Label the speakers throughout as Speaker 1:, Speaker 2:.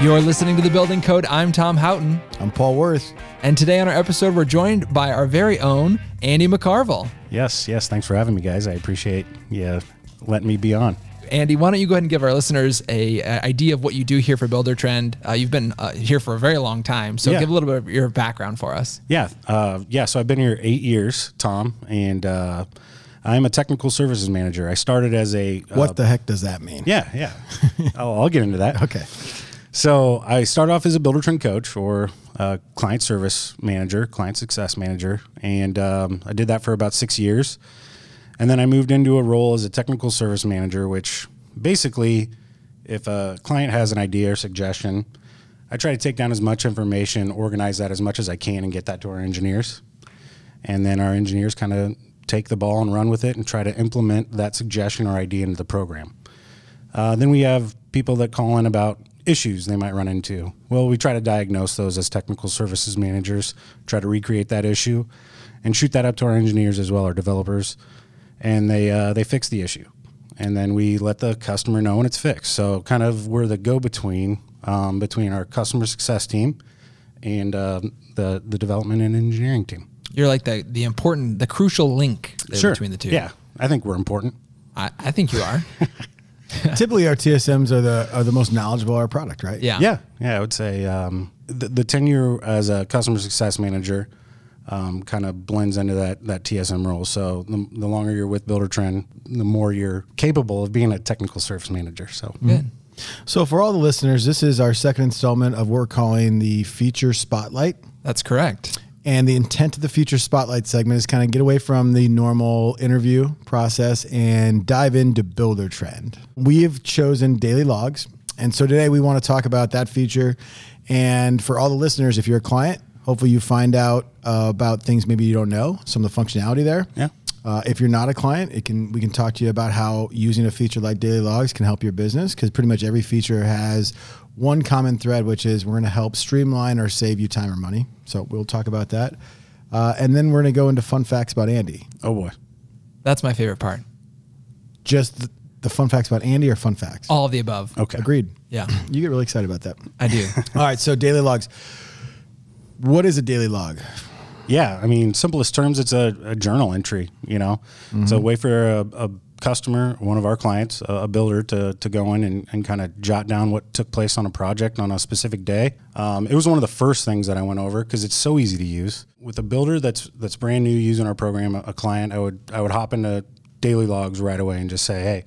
Speaker 1: You're listening to The Building Code. I'm Tom Houghton.
Speaker 2: I'm Paul Worth.
Speaker 1: And today on our episode, we're joined by our very own Andy McCarville.
Speaker 2: Yes, yes. Thanks for having me, guys. I appreciate you letting me be on.
Speaker 1: Andy, why don't you go ahead and give our listeners a, a idea of what you do here for Builder Trend? Uh, you've been uh, here for a very long time, so
Speaker 2: Yeah.
Speaker 1: give a little bit of your background for us.
Speaker 2: Yeah, uh, yeah. So I've been here eight years, Tom, and uh, I'm a technical services manager. I started as a uh,
Speaker 3: What the heck does that mean?
Speaker 2: Yeah, yeah. I'll, I'll get into that.
Speaker 3: Okay.
Speaker 2: So I started off as a builder trend coach or uh, client service manager, client success manager, and um, I did that for about six years, and then I moved into a role as a technical service manager, which basically, if a client has an idea or suggestion, I try to take down as much information, organize that as much as I can, and get that to our engineers, and then our engineers kind of take the ball and run with it and try to implement that suggestion or idea into the program. Uh, then we have people that call in about issues they might run into. Well, we try to diagnose those as technical services managers, try to recreate that issue, and shoot that up to our engineers as well, our developers, and they uh, they fix the issue, and then we let the customer know when it's fixed. So kind of we're the go between um, between our customer success team and uh, the the development and engineering team.
Speaker 1: You're like the, the important, the crucial link there between the two.
Speaker 2: Yeah, I think we're important.
Speaker 1: I, I think you are.
Speaker 3: Typically, our TSMs are the are the most knowledgeable of our product, right?
Speaker 1: Yeah.
Speaker 2: Yeah, yeah, I would say um, the, the tenure as a customer success manager um, kind of blends into that that TSM role. So the, the longer you're with Builder Trend, the more you're capable of being a technical service manager. So
Speaker 1: Good.
Speaker 3: So, for all the listeners, this is our second installment of what we're calling the Feature Spotlight.
Speaker 1: That's correct.
Speaker 3: And the intent of the Feature Spotlight segment is kind of get away from the normal interview process and dive into Builder Trend. We have chosen daily logs. And so today we want to talk about that feature. And for all the listeners, if you're a client, hopefully you find out uh, about things maybe you don't know, some of the functionality there.
Speaker 2: Yeah.
Speaker 3: Uh, if you're not a client, it can we can talk to you about how using a feature like daily logs can help your business because pretty much every feature has one common thread, which is we're going to help streamline or save you time or money. So we'll talk about that, uh, and then we're going to go into fun facts about Andy.
Speaker 2: oh boy,
Speaker 1: That's my favorite part.
Speaker 3: Just the, the fun facts about Andy or fun facts?
Speaker 1: All of the above.
Speaker 2: okay,
Speaker 3: Agreed.
Speaker 1: Oh, Yeah,
Speaker 3: You get really excited about that.
Speaker 1: I do.
Speaker 3: All right, so daily logs. What is a daily log?
Speaker 2: Yeah, I mean, simplest terms, it's a, a journal entry. You know, it's a way for a, a customer, one of our clients, a, a builder, to to go in and, and kind of jot down what took place on a project on a specific day. Um, it was one of the first things that I went over because it's so easy to use. With a builder that's that's brand new using our program, a, a client, I would I would hop into daily logs right away and just say, hey,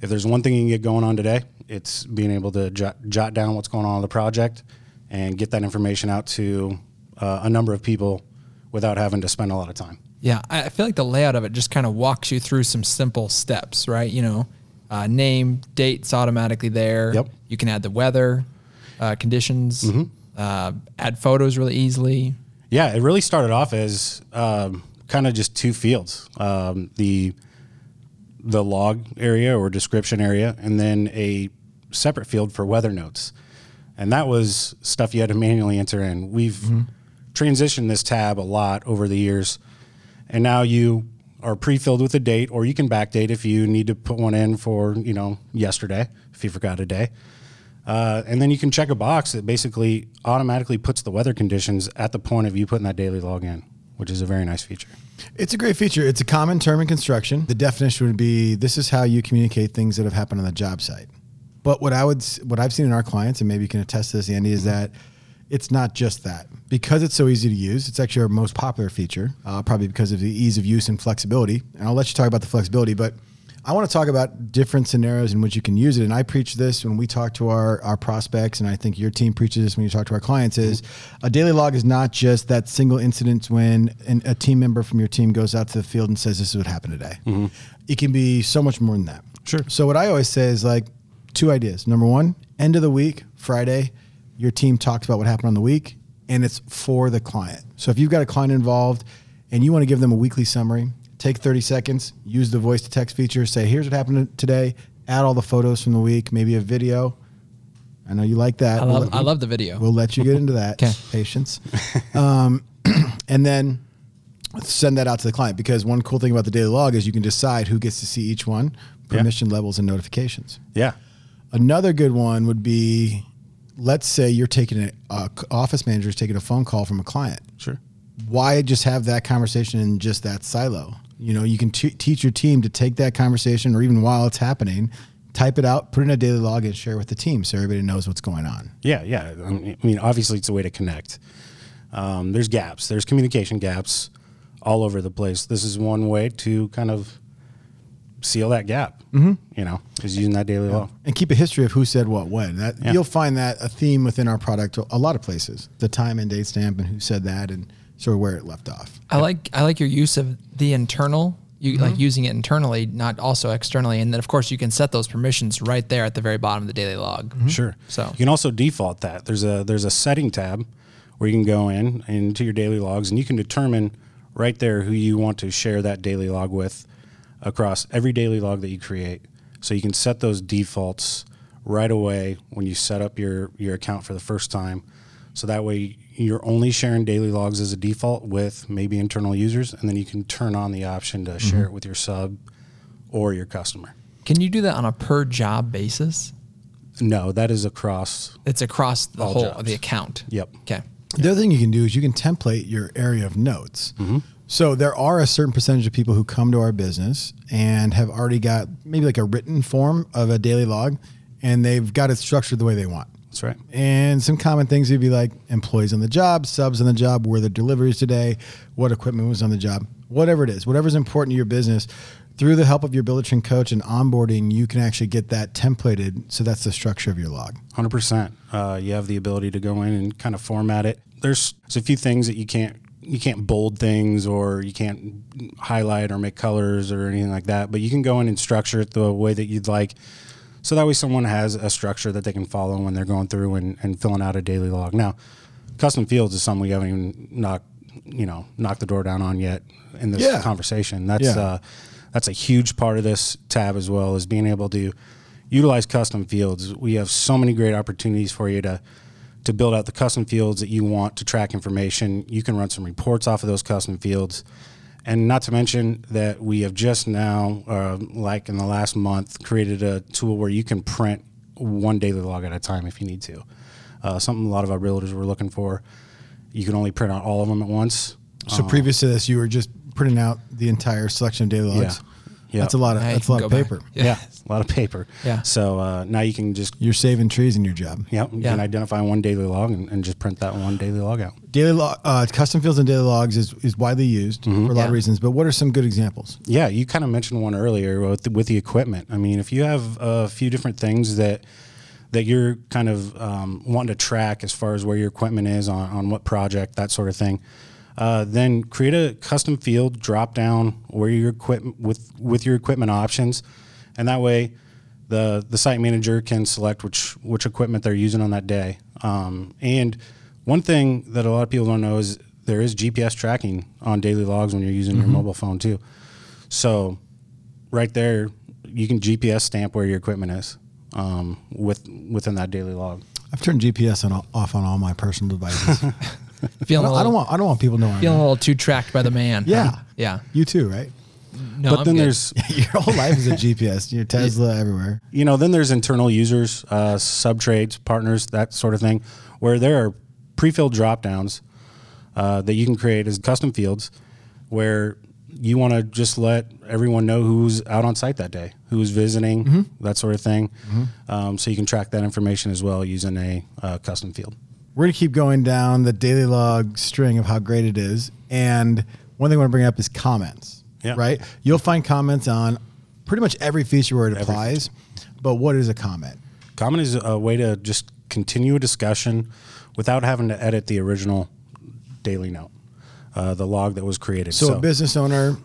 Speaker 2: if there's one thing you can get going on today, it's being able to jot, jot down what's going on on the project and get that information out to uh, a number of people without having to spend a lot of time.
Speaker 1: Yeah, I I feel like the layout of it just kind of walks you through some simple steps, right? You know, uh, name, dates automatically there.
Speaker 2: Yep.
Speaker 1: You can add the weather, uh, conditions,
Speaker 3: Mm-hmm.
Speaker 1: uh, add photos really easily.
Speaker 2: Yeah, it really started off as um, kind of just two fields: um, the the log area or description area, and then a separate field for weather notes. And that was stuff you had to manually enter in. We've transitioned this tab a lot over the years, and now you are pre-filled with a date, or you can backdate if you need to put one in for you know yesterday if you forgot a day. Uh, and then you can check a box that basically automatically puts the weather conditions at the point of you putting that daily log in, which is a very nice feature.
Speaker 3: It's a great feature. It's a common term in construction. The definition would be this is how you communicate things that have happened on the job site. But what I would s- what I've seen in our clients and maybe you can attest to this Andy is that it's not just that. Because it's so easy to use, it's actually our most popular feature, uh, probably because of the ease of use and flexibility. And I'll let you talk about the flexibility, but I want to talk about different scenarios in which you can use it. And I preach this when we talk to our, our prospects, and I think your team preaches this when you talk to our clients is a daily log is not just that single incident when an, a team member from your team goes out to the field and says, this is what happened today. It can be so much more than that.
Speaker 2: Sure.
Speaker 3: So what I always say is like two ideas. Number one, end of the week, Friday, your team talks about what happened on the week and it's for the client. So if you've got a client involved and you want to give them a weekly summary, take 30 seconds, use the voice to text feature, say, here's what happened today, add all the photos from the week, maybe a video. I know you like that.
Speaker 1: I love, I love the video.
Speaker 3: We'll let you get into that.
Speaker 1: 'Kay.
Speaker 3: Patience. Um, and then send that out to the client because one cool thing about the daily log is you can decide who gets to see each one, permission levels, and notifications.
Speaker 2: Yeah.
Speaker 3: Another good one would be let's say you're taking a, a c- office manager is taking a phone call from a client.
Speaker 2: Sure.
Speaker 3: Why just have that conversation in just that silo? You know, you can t- teach your team to take that conversation, or even while it's happening, type it out, put it in a daily log, and share with the team so everybody knows what's going on.
Speaker 2: Yeah, yeah. I mean, I mean, obviously, it's a way to connect. Um, there's gaps. There's communication gaps all over the place. This is one way to kind of seal that gap. Mm-hmm. You know, is using that daily log.
Speaker 3: and keep a history of who said what when. That
Speaker 2: Yeah.
Speaker 3: you'll find that a theme within our product a lot of places. The time and date stamp and who said that and sort of where it left off.
Speaker 1: I like I like your use of the internal, you like
Speaker 3: Mm-hmm.
Speaker 1: using it internally, not also externally, and then of course you can set those permissions right there at the very bottom of the daily log.
Speaker 3: Mm-hmm.
Speaker 2: Sure.
Speaker 1: Mm-hmm. So-
Speaker 2: you can also default that. There's a there's a setting tab where you can go in into your daily logs and you can determine right there who you want to share that daily log with across every daily log that you create. So you can set those defaults right away when you set up your your account for the first time. So that way you're only sharing daily logs as a default with maybe internal users and then you can turn on the option to share it with your sub or your customer.
Speaker 1: Can you do that on a per job basis?
Speaker 2: No, that is across
Speaker 1: It's across the
Speaker 2: All
Speaker 1: whole
Speaker 2: jobs.
Speaker 1: the account.
Speaker 2: Yep.
Speaker 1: Okay.
Speaker 3: The other thing you can do is you can template your area of notes. So there are a certain percentage of people who come to our business and have already got maybe like a written form of a daily log and they've got it structured the way they want.
Speaker 2: That's right.
Speaker 3: And some common things would be like employees on the job, subs on the job, where the deliveries today, what equipment was on the job, whatever it is, whatever's important to your business. Through the help of your Billiton coach and onboarding, you can actually get that templated. So that's the structure of your log.
Speaker 2: Hundred percent. uh, You have the ability to go in and kind of format it. There's, there's a few things that you can't you can't bold things or you can't highlight or make colors or anything like that. But you can go in and structure it the way that you'd like. So that way, someone has a structure that they can follow when they're going through and, and filling out a daily log. Now, custom fields is something we haven't even knocked you know knocked the door down on yet in this
Speaker 3: Yeah.
Speaker 2: conversation. That's
Speaker 3: Yeah.
Speaker 2: uh, that's a huge part of this tab as well is being able to utilize custom fields. We have so many great opportunities for you to to build out the custom fields that you want to track information. You can run some reports off of those custom fields. And not to mention that we have just now, uh, like in the last month, created a tool where you can print one daily log at a time if you need to. Uh, something a lot of our realtors were looking for. You can only print out all of them at once.
Speaker 3: So previous to this, you were just printing out the entire selection of daily logs.
Speaker 2: Yeah.
Speaker 3: That's a lot of
Speaker 1: Now you
Speaker 3: that's a
Speaker 1: can
Speaker 3: lot of
Speaker 1: go back.
Speaker 3: paper.
Speaker 1: Yeah.
Speaker 2: Yeah, it's a lot of paper.
Speaker 1: Yeah.
Speaker 2: So uh, now you can just
Speaker 3: You're saving trees in your job.
Speaker 2: yeah, you
Speaker 1: Yeah.
Speaker 2: can identify one daily log and, and just print that one daily log out.
Speaker 3: Daily log, uh, custom fields and daily logs is, is widely used
Speaker 2: Mm-hmm.
Speaker 3: for a lot of
Speaker 1: Yeah.
Speaker 3: reasons. But what are some good examples?
Speaker 2: Yeah, you kind of mentioned one earlier with with the equipment. I mean, if you have a few different things that that you're kind of um, wanting to track as far as where your equipment is on, on what project, that sort of thing, uh, then create a custom field drop down where your equipment with with your equipment options, and that way. The, the site manager can select which which equipment they're using on that day. Um, and one thing that a lot of people don't know is there is GPS tracking on daily logs when you're using your mobile phone too. So, right there, you can GPS stamp where your equipment is um, with within that daily log.
Speaker 3: I've turned GPS on, off on all my personal devices. I,
Speaker 1: Feeling
Speaker 3: don't,
Speaker 1: a
Speaker 3: I don't
Speaker 1: little-
Speaker 3: want I don't want people knowing.
Speaker 1: feeling a little too tracked by the man.
Speaker 3: Yeah.
Speaker 1: Yeah.
Speaker 3: You too, right?
Speaker 1: No,
Speaker 2: but
Speaker 1: I'm
Speaker 2: then
Speaker 1: good.
Speaker 2: there's
Speaker 3: Your whole life is a GPS. Your Tesla everywhere.
Speaker 2: you know then there's internal users, uh, sub trades, partners, that sort of thing, where there are pre-filled drop downs uh, that you can create as custom fields, where you want to just let everyone know who's out on site that day, who's visiting,
Speaker 3: Mm-hmm.
Speaker 2: that sort of thing. Um, so you can track that information as well using a uh, custom field.
Speaker 3: We're gonna keep going down the daily log string of how great it is. And one thing I want to bring up is comments.
Speaker 2: Yeah.
Speaker 3: Right? You'll find comments on pretty much every feature where it applies. But what is a comment?
Speaker 2: Comment is a way to just continue a discussion without having to edit the original daily note, uh, the log that was created.
Speaker 3: So, a business owner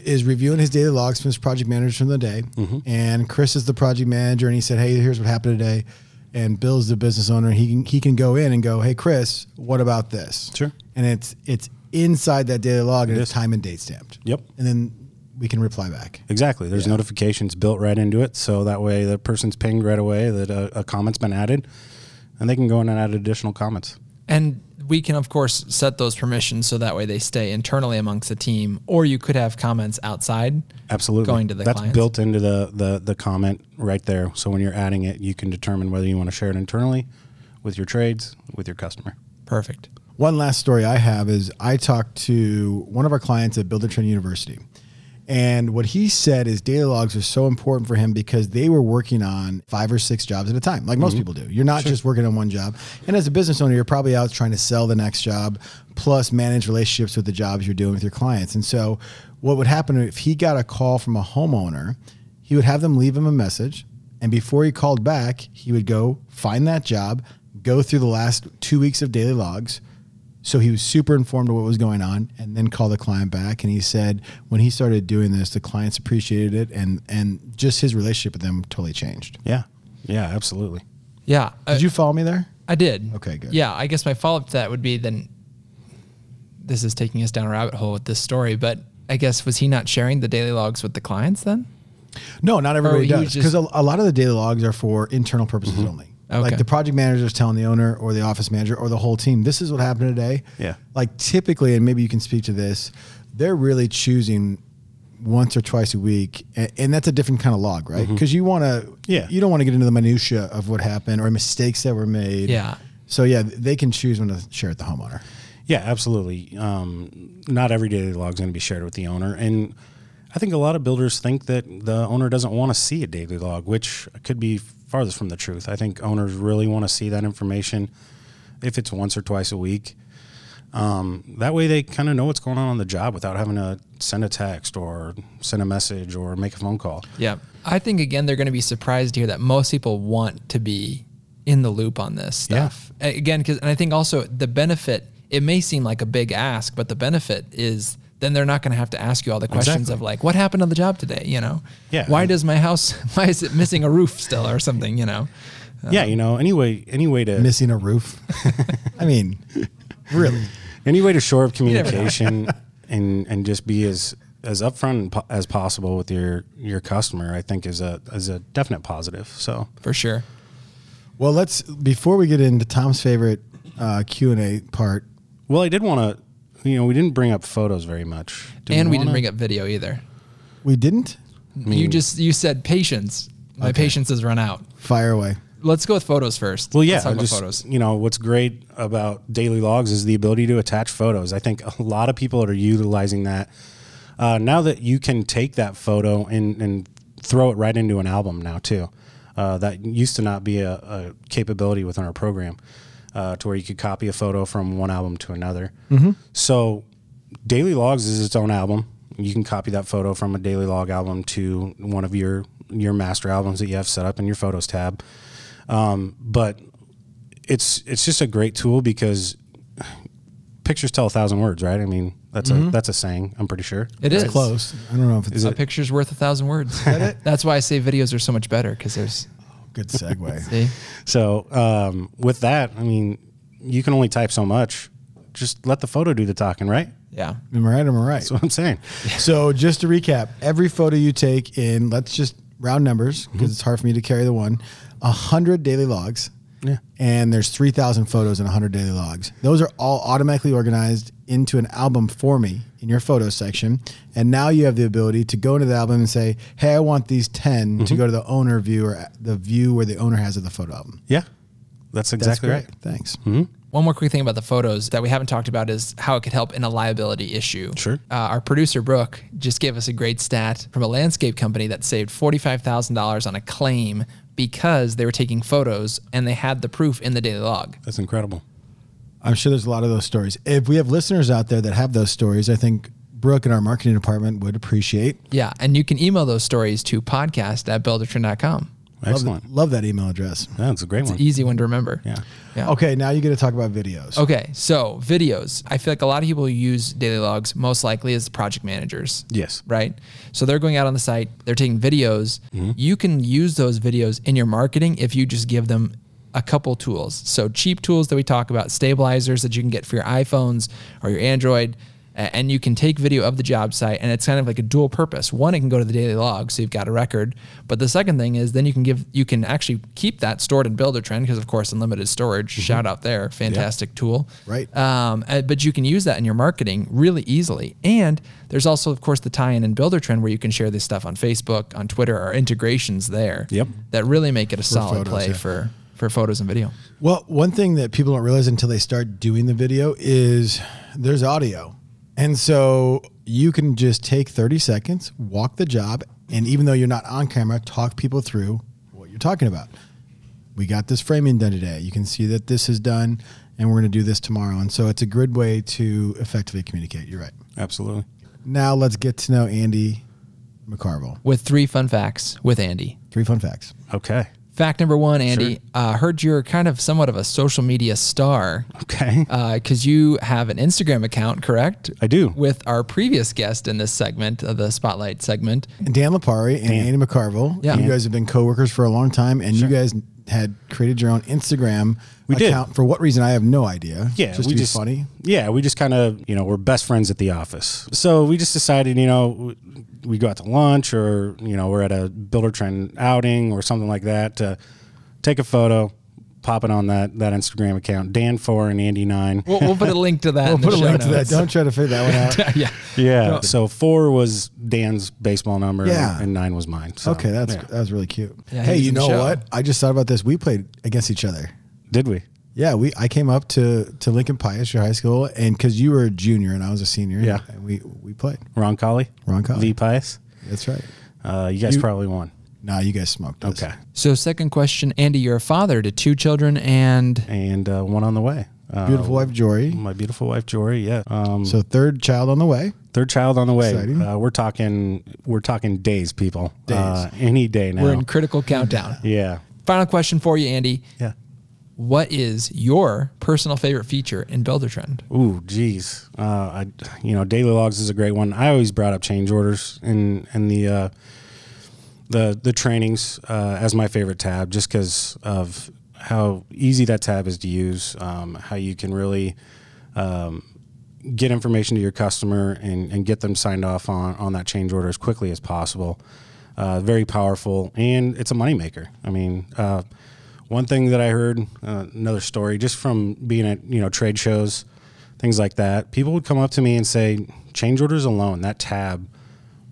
Speaker 3: is reviewing his daily logs from his project manager from the day,
Speaker 2: Mm-hmm.
Speaker 3: and Chris is the project manager, and he said, "Hey, here's what happened today." And Bill's the business owner, and he can he can go in and go, "Hey, Chris, what about this?"
Speaker 2: Sure.
Speaker 3: And it's it's inside that daily log, and
Speaker 2: It
Speaker 3: it's
Speaker 2: is.
Speaker 3: time and date stamped.
Speaker 2: Yep.
Speaker 3: And then we can reply back.
Speaker 2: exactly, there's notifications built right into it, so that way the person's pinged right away that a, a comment's been added, and they can go in and add additional comments.
Speaker 1: And we can, of course, set those permissions so that way they stay internally amongst the team, or you could have comments outside.
Speaker 2: Absolutely,
Speaker 1: Going to the
Speaker 2: that's
Speaker 1: clients.
Speaker 2: built into the, the the comment right there. So when you're adding it, you can determine whether you want to share it internally with your trades, with your customer.
Speaker 1: Perfect.
Speaker 3: One last story I have is I talked to one of our clients at Builder Trend University. And what he said is data logs are so important for him because they were working on five or six jobs at a time, like most people do. You're not just working on one job. And as a business owner, you're probably out trying to sell the next job, plus manage relationships with the jobs you're doing with your clients. And so, what would happen if he got a call from a homeowner, he would have them leave him a message. And before he called back, he would go find that job, go through the last two weeks of daily logs, so he was super informed of what was going on and then called the client back. And he said when he started doing this, the clients appreciated it and, and just his relationship with them totally changed.
Speaker 2: Yeah. Yeah, absolutely.
Speaker 1: Yeah. I,
Speaker 3: Did you follow me there?
Speaker 1: I did.
Speaker 3: Okay, good.
Speaker 1: Yeah, I guess my follow up to that would be then this is taking us down a rabbit hole with this story, but I guess was he not sharing the daily logs with the clients then?
Speaker 3: No, not everybody
Speaker 1: Oh, he
Speaker 3: does.
Speaker 1: was just-
Speaker 3: Because a, a lot of the daily logs are for internal purposes
Speaker 2: Mm-hmm.
Speaker 3: only.
Speaker 1: Okay.
Speaker 3: Like the project manager is telling the owner or the office manager or the whole team, this is what happened today.
Speaker 2: Yeah.
Speaker 3: Like typically, and maybe you can speak to this, they're really choosing once or twice a week. And, and that's a different kind of log, right? Because you want to,
Speaker 2: Mm-hmm. Yeah.
Speaker 3: you don't want to get into the minutia of what happened or mistakes that were made.
Speaker 1: Yeah.
Speaker 3: So yeah, they can choose when to share with the homeowner.
Speaker 2: Yeah, absolutely. Um, not every daily log is going to be shared with the owner. And I think a lot of builders think that the owner doesn't want to see a daily log, which could be farthest from the truth. I think owners really want to see that information if it's once or twice a week. Um, that way they kind of know what's going on on the job without having to send a text or send a message or make a phone call.
Speaker 1: Yeah. I think again they're going to be surprised to hear that most people want to be in the loop on this
Speaker 2: Yeah.
Speaker 1: stuff. A- Again, cuz and I think also the benefit it may seem like a big ask, but the benefit is then they're not going to have to ask you all the questions
Speaker 2: Exactly.
Speaker 1: of like what happened on the job today, you know.
Speaker 2: Yeah.
Speaker 1: Why does my house why is it missing a roof still or something, you know?
Speaker 2: yeah, you know, anyway, any way to
Speaker 3: Missing a roof. I mean, really.
Speaker 2: any way to shore up
Speaker 1: never know.
Speaker 2: communication and and just be as as upfront and po- as possible with your your customer i think is a is a definite positive so
Speaker 1: For sure.
Speaker 3: Well, let's before we get into Tom's favorite uh, Q and A part.
Speaker 2: well i did want to you know we didn't bring up photos very much Do
Speaker 1: and we didn't
Speaker 2: wanna-
Speaker 1: bring up video either.
Speaker 3: We didn't
Speaker 1: you just you said patience. My patience has run out.
Speaker 3: fire away.
Speaker 1: Let's go with photos first.
Speaker 2: well yeah
Speaker 1: Let's talk
Speaker 2: just,
Speaker 1: about photos.
Speaker 2: you know what's great about daily logs is the ability to attach photos i think a lot of people are utilizing that uh, now that you can take that photo and and throw it right into an album now too uh, that used to not be a, a capability within our program uh, to where you could copy a photo from one album to another
Speaker 1: Mm-hmm.
Speaker 2: so daily logs is its own album you can copy that photo from a daily log album to one of your your master albums that you have set up in your photos tab um, but it's it's just a great tool because pictures tell a thousand words, right? I mean, that's
Speaker 3: Mm-hmm.
Speaker 2: a that's a saying. I'm pretty sure.
Speaker 1: It is
Speaker 3: Close. I don't know if it's
Speaker 1: A picture's worth a thousand words. That's why I say videos are so much better because there's
Speaker 3: a good segue.
Speaker 1: see.
Speaker 2: So um, with that, I mean, you can only type so much. Just let the photo do the talking, right?
Speaker 1: Yeah.
Speaker 3: am I right? Am I right?
Speaker 2: That's what I'm saying.
Speaker 3: So just to recap, every photo you take in, let's just round numbers
Speaker 2: Mm-hmm.
Speaker 3: because it's hard for me to carry the one. A hundred daily logs.
Speaker 2: Yeah.
Speaker 3: And there's 3,000 photos in 100 daily logs. Those are all automatically organized into an album for me in your photo section. And now you have the ability to go into the album and say, hey, I want these 10
Speaker 2: Mm-hmm.
Speaker 3: to go to the owner view or the view where the owner has of the photo album.
Speaker 2: Yeah, that's exactly
Speaker 3: great.
Speaker 2: right. Mm-hmm.
Speaker 3: Thanks.
Speaker 1: One more quick thing about the photos that we haven't talked about is how it could help in a liability issue.
Speaker 2: Sure.
Speaker 1: Uh, our producer Brooke just gave us a great stat from a landscape company that saved forty-five thousand dollars on a claim because they were taking photos and they had the proof in the daily log.
Speaker 2: That's incredible.
Speaker 3: I'm sure there's a lot of those stories. If we have listeners out there that have those stories, I think Brooke and our marketing department would appreciate.
Speaker 1: Yeah, and you can email those stories to podcast at buildertrend.com.
Speaker 2: Excellent.
Speaker 3: Love e- that email address.
Speaker 2: That's a great one.
Speaker 1: Easy one to remember.
Speaker 2: Yeah.
Speaker 1: Yeah.
Speaker 3: Okay, now you get to talk about videos.
Speaker 1: Okay, so videos. I feel like a lot of people use daily logs most likely as project managers.
Speaker 2: Yes.
Speaker 1: Right? So they're going out on the site, they're taking videos. You can use those videos in your marketing if you just give them a couple tools. So cheap tools that we talk about, stabilizers that you can get for your iPhones or your Android. a- And you can take video of the job site, and it's kind of like a dual purpose. One, it can go to the daily log, so you've got a record. But the second thing is, then you can give, you can actually keep that stored in Builder Trend because, of course, unlimited storage. Shout out there, fantastic tool.
Speaker 3: Right.
Speaker 1: Um, uh, but you can use that in your marketing really easily. And there's also, of course, the tie-in in Builder Trend where you can share this stuff on Facebook, on Twitter, or integrations there.
Speaker 2: Yep.
Speaker 1: That really make it a solid
Speaker 3: photos,
Speaker 1: play
Speaker 3: yeah.
Speaker 1: for for for photos and video.
Speaker 3: Well, one thing that people don't realize until they start doing the video is there's audio. And so you can just take 30 seconds, walk the job, and even though you're not on camera, talk people through what you're talking about. We got this framing done today. You can see that this is done, and we're going to do this tomorrow. And so it's a good way to effectively communicate. You're right.
Speaker 2: Absolutely.
Speaker 3: Now let's get to know Andy McCarville.
Speaker 1: With three fun facts with Andy.
Speaker 3: Three fun facts.
Speaker 2: Okay.
Speaker 1: Fact number one, Andy, uh, heard you're kind of somewhat of a social media star
Speaker 2: Okay.
Speaker 1: because you have an Instagram account, correct?
Speaker 2: I do.
Speaker 1: With our previous guest in this segment, of the spotlight segment.
Speaker 3: Dan Lapari and
Speaker 2: Dan.
Speaker 3: Andy McCarville.
Speaker 1: Yeah.
Speaker 3: You guys have been coworkers for a long time and you guys had created your own Instagram
Speaker 2: We did.
Speaker 3: account. For what reason? I have no idea.
Speaker 2: Yeah,
Speaker 3: Just to be funny.
Speaker 2: Yeah, we just kind of you know we're best friends at the office, so we just decided you know w- we go out to lunch or you know we're at a builder trend outing or something like that to take a photo, pop it on that that Instagram account, Dan four and Andy nine.
Speaker 1: We'll, we'll put a link to that.
Speaker 3: We'll
Speaker 1: in the
Speaker 3: put a
Speaker 1: show
Speaker 3: link to that.
Speaker 1: notes.
Speaker 3: Don't try to figure that one out.
Speaker 1: yeah.
Speaker 2: Yeah, so four was Dan's baseball number,
Speaker 3: Yeah.
Speaker 2: and nine was mine. So,
Speaker 3: Okay, that's
Speaker 2: yeah.
Speaker 3: that was really cute.
Speaker 1: Yeah,
Speaker 3: hey,
Speaker 1: he was
Speaker 3: you
Speaker 1: in the
Speaker 3: know
Speaker 1: show.
Speaker 3: what? I just thought about this. We played against each other.
Speaker 2: did we?
Speaker 3: Yeah, we I came up to to Lincoln Pius, your high school, and because you were a junior and I was a senior,
Speaker 2: Yeah.
Speaker 3: and we we played.
Speaker 2: Ron Colley,
Speaker 3: Ron Colley.
Speaker 2: V Pius.
Speaker 3: That's right.
Speaker 2: Uh, you guys probably won.
Speaker 3: Nah, you guys smoked. Us.
Speaker 2: Okay,
Speaker 1: So, second question, Andy, you're a father to two children and
Speaker 2: and uh, one on the way. Uh,
Speaker 3: Beautiful wife Jory.
Speaker 2: My beautiful wife Jory. Yeah. Um,
Speaker 3: So third child on the way.
Speaker 2: Third child on the way.
Speaker 3: Exciting.
Speaker 2: Uh, we're talking we're talking days, people. Uh, any day now.
Speaker 1: we're in critical countdown.
Speaker 2: yeah.
Speaker 1: Final question for you, Andy.
Speaker 2: Yeah.
Speaker 1: What is your personal favorite feature in Builder Trend?
Speaker 2: Ooh, geez. Uh, I, you know, daily logs is a great one. I always brought up change orders and and the uh, the the trainings uh, as my favorite tab, just because of how easy that tab is to use, um, how you can really um, get information to your customer and, and get them signed off on on that change order as quickly as possible. Uh, very powerful, and it's a moneymaker. I mean. Uh, one thing that I heard, uh, another story, just from being at you know trade shows, things like that, people would come up to me and say, change orders alone, that tab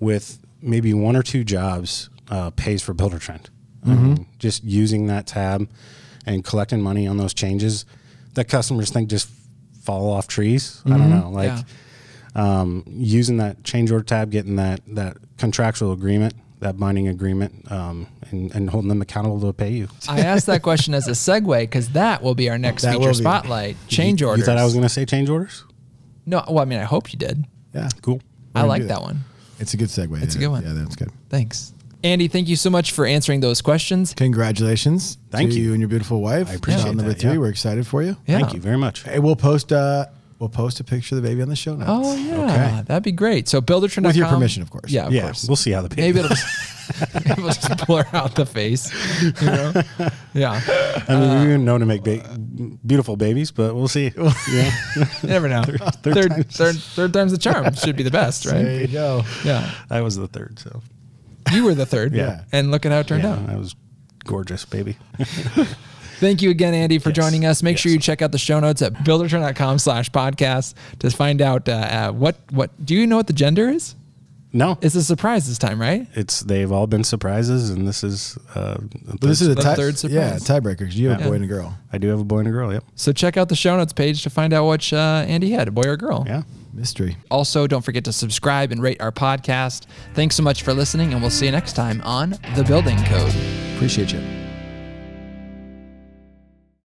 Speaker 2: with maybe one or two jobs uh, pays for Builder Trend. I
Speaker 1: Mm-hmm.
Speaker 2: mean, just using that tab and collecting money on those changes that customers think just fall off trees. I don't know. Like,
Speaker 1: Mm-hmm. Yeah.
Speaker 2: um, using that change order tab, getting that that contractual agreement, that binding agreement, um, and, and holding them accountable to pay you.
Speaker 1: I asked that question as a segue because that will be our next
Speaker 3: That will
Speaker 1: feature
Speaker 3: be.
Speaker 1: spotlight. Change orders.
Speaker 2: You thought I was going to say change orders?
Speaker 1: no, well, I mean, I hope you did.
Speaker 3: Yeah,
Speaker 2: Cool.
Speaker 1: I
Speaker 3: gonna
Speaker 1: like
Speaker 3: do
Speaker 1: that
Speaker 3: that.
Speaker 1: one.
Speaker 3: it's a good segue. It's
Speaker 1: a good one.
Speaker 3: Yeah, that's good.
Speaker 1: Thanks. Andy, thank you so much for answering those questions.
Speaker 3: Congratulations.
Speaker 2: Thank
Speaker 3: to
Speaker 2: you.
Speaker 3: and your beautiful wife. I
Speaker 2: appreciate
Speaker 3: number
Speaker 2: that,
Speaker 3: three.
Speaker 2: yeah.
Speaker 3: We're excited for you.
Speaker 1: Yeah.
Speaker 2: Thank you very much.
Speaker 3: Hey, we'll post uh we'll post a picture of the baby on the show notes.
Speaker 1: Oh, yeah.
Speaker 3: Okay.
Speaker 1: That'd be great. So, buildertrend.com.
Speaker 3: With your permission, of course.
Speaker 1: Yeah, of
Speaker 2: yeah,
Speaker 1: course.
Speaker 2: we'll see how the baby.
Speaker 1: Maybe it'll just, maybe it'll just blur out the face. You know? Yeah.
Speaker 2: I mean, we've been known to make ba- beautiful babies, but we'll see. yeah.
Speaker 1: You never know.
Speaker 2: third
Speaker 1: third,
Speaker 2: time's-
Speaker 1: third, third time's the charm should be the best, right?
Speaker 3: There you go.
Speaker 1: Yeah.
Speaker 2: I was the third, so
Speaker 1: You were the third.
Speaker 2: Yeah.
Speaker 1: And look at how it turned out.
Speaker 2: yeah, I was gorgeous, baby.
Speaker 1: Thank you again, Andy, for
Speaker 2: Yes.
Speaker 1: joining us. Make sure
Speaker 2: Yes.
Speaker 1: you check out the show notes at builderturn.com slash podcast to find out uh, uh, what, what, do you know what the gender is?
Speaker 2: No, it's,
Speaker 1: It's a surprise this time, right?
Speaker 2: they've all been surprises, and this is uh, the
Speaker 3: But this is a
Speaker 1: The
Speaker 3: tie-
Speaker 1: third
Speaker 3: Yeah,
Speaker 1: surprise.
Speaker 3: tiebreaker because you have
Speaker 1: Yeah.
Speaker 3: a boy and a girl.
Speaker 2: I do have a boy and a girl. Yep.
Speaker 1: So check out the show notes page to find out which uh, Andy had, a boy or girl.
Speaker 2: Yeah.
Speaker 3: Mystery.
Speaker 1: Also, don't forget to subscribe and rate our podcast. Thanks so much for listening, and we'll see you next time on The Building Code.
Speaker 3: Appreciate you.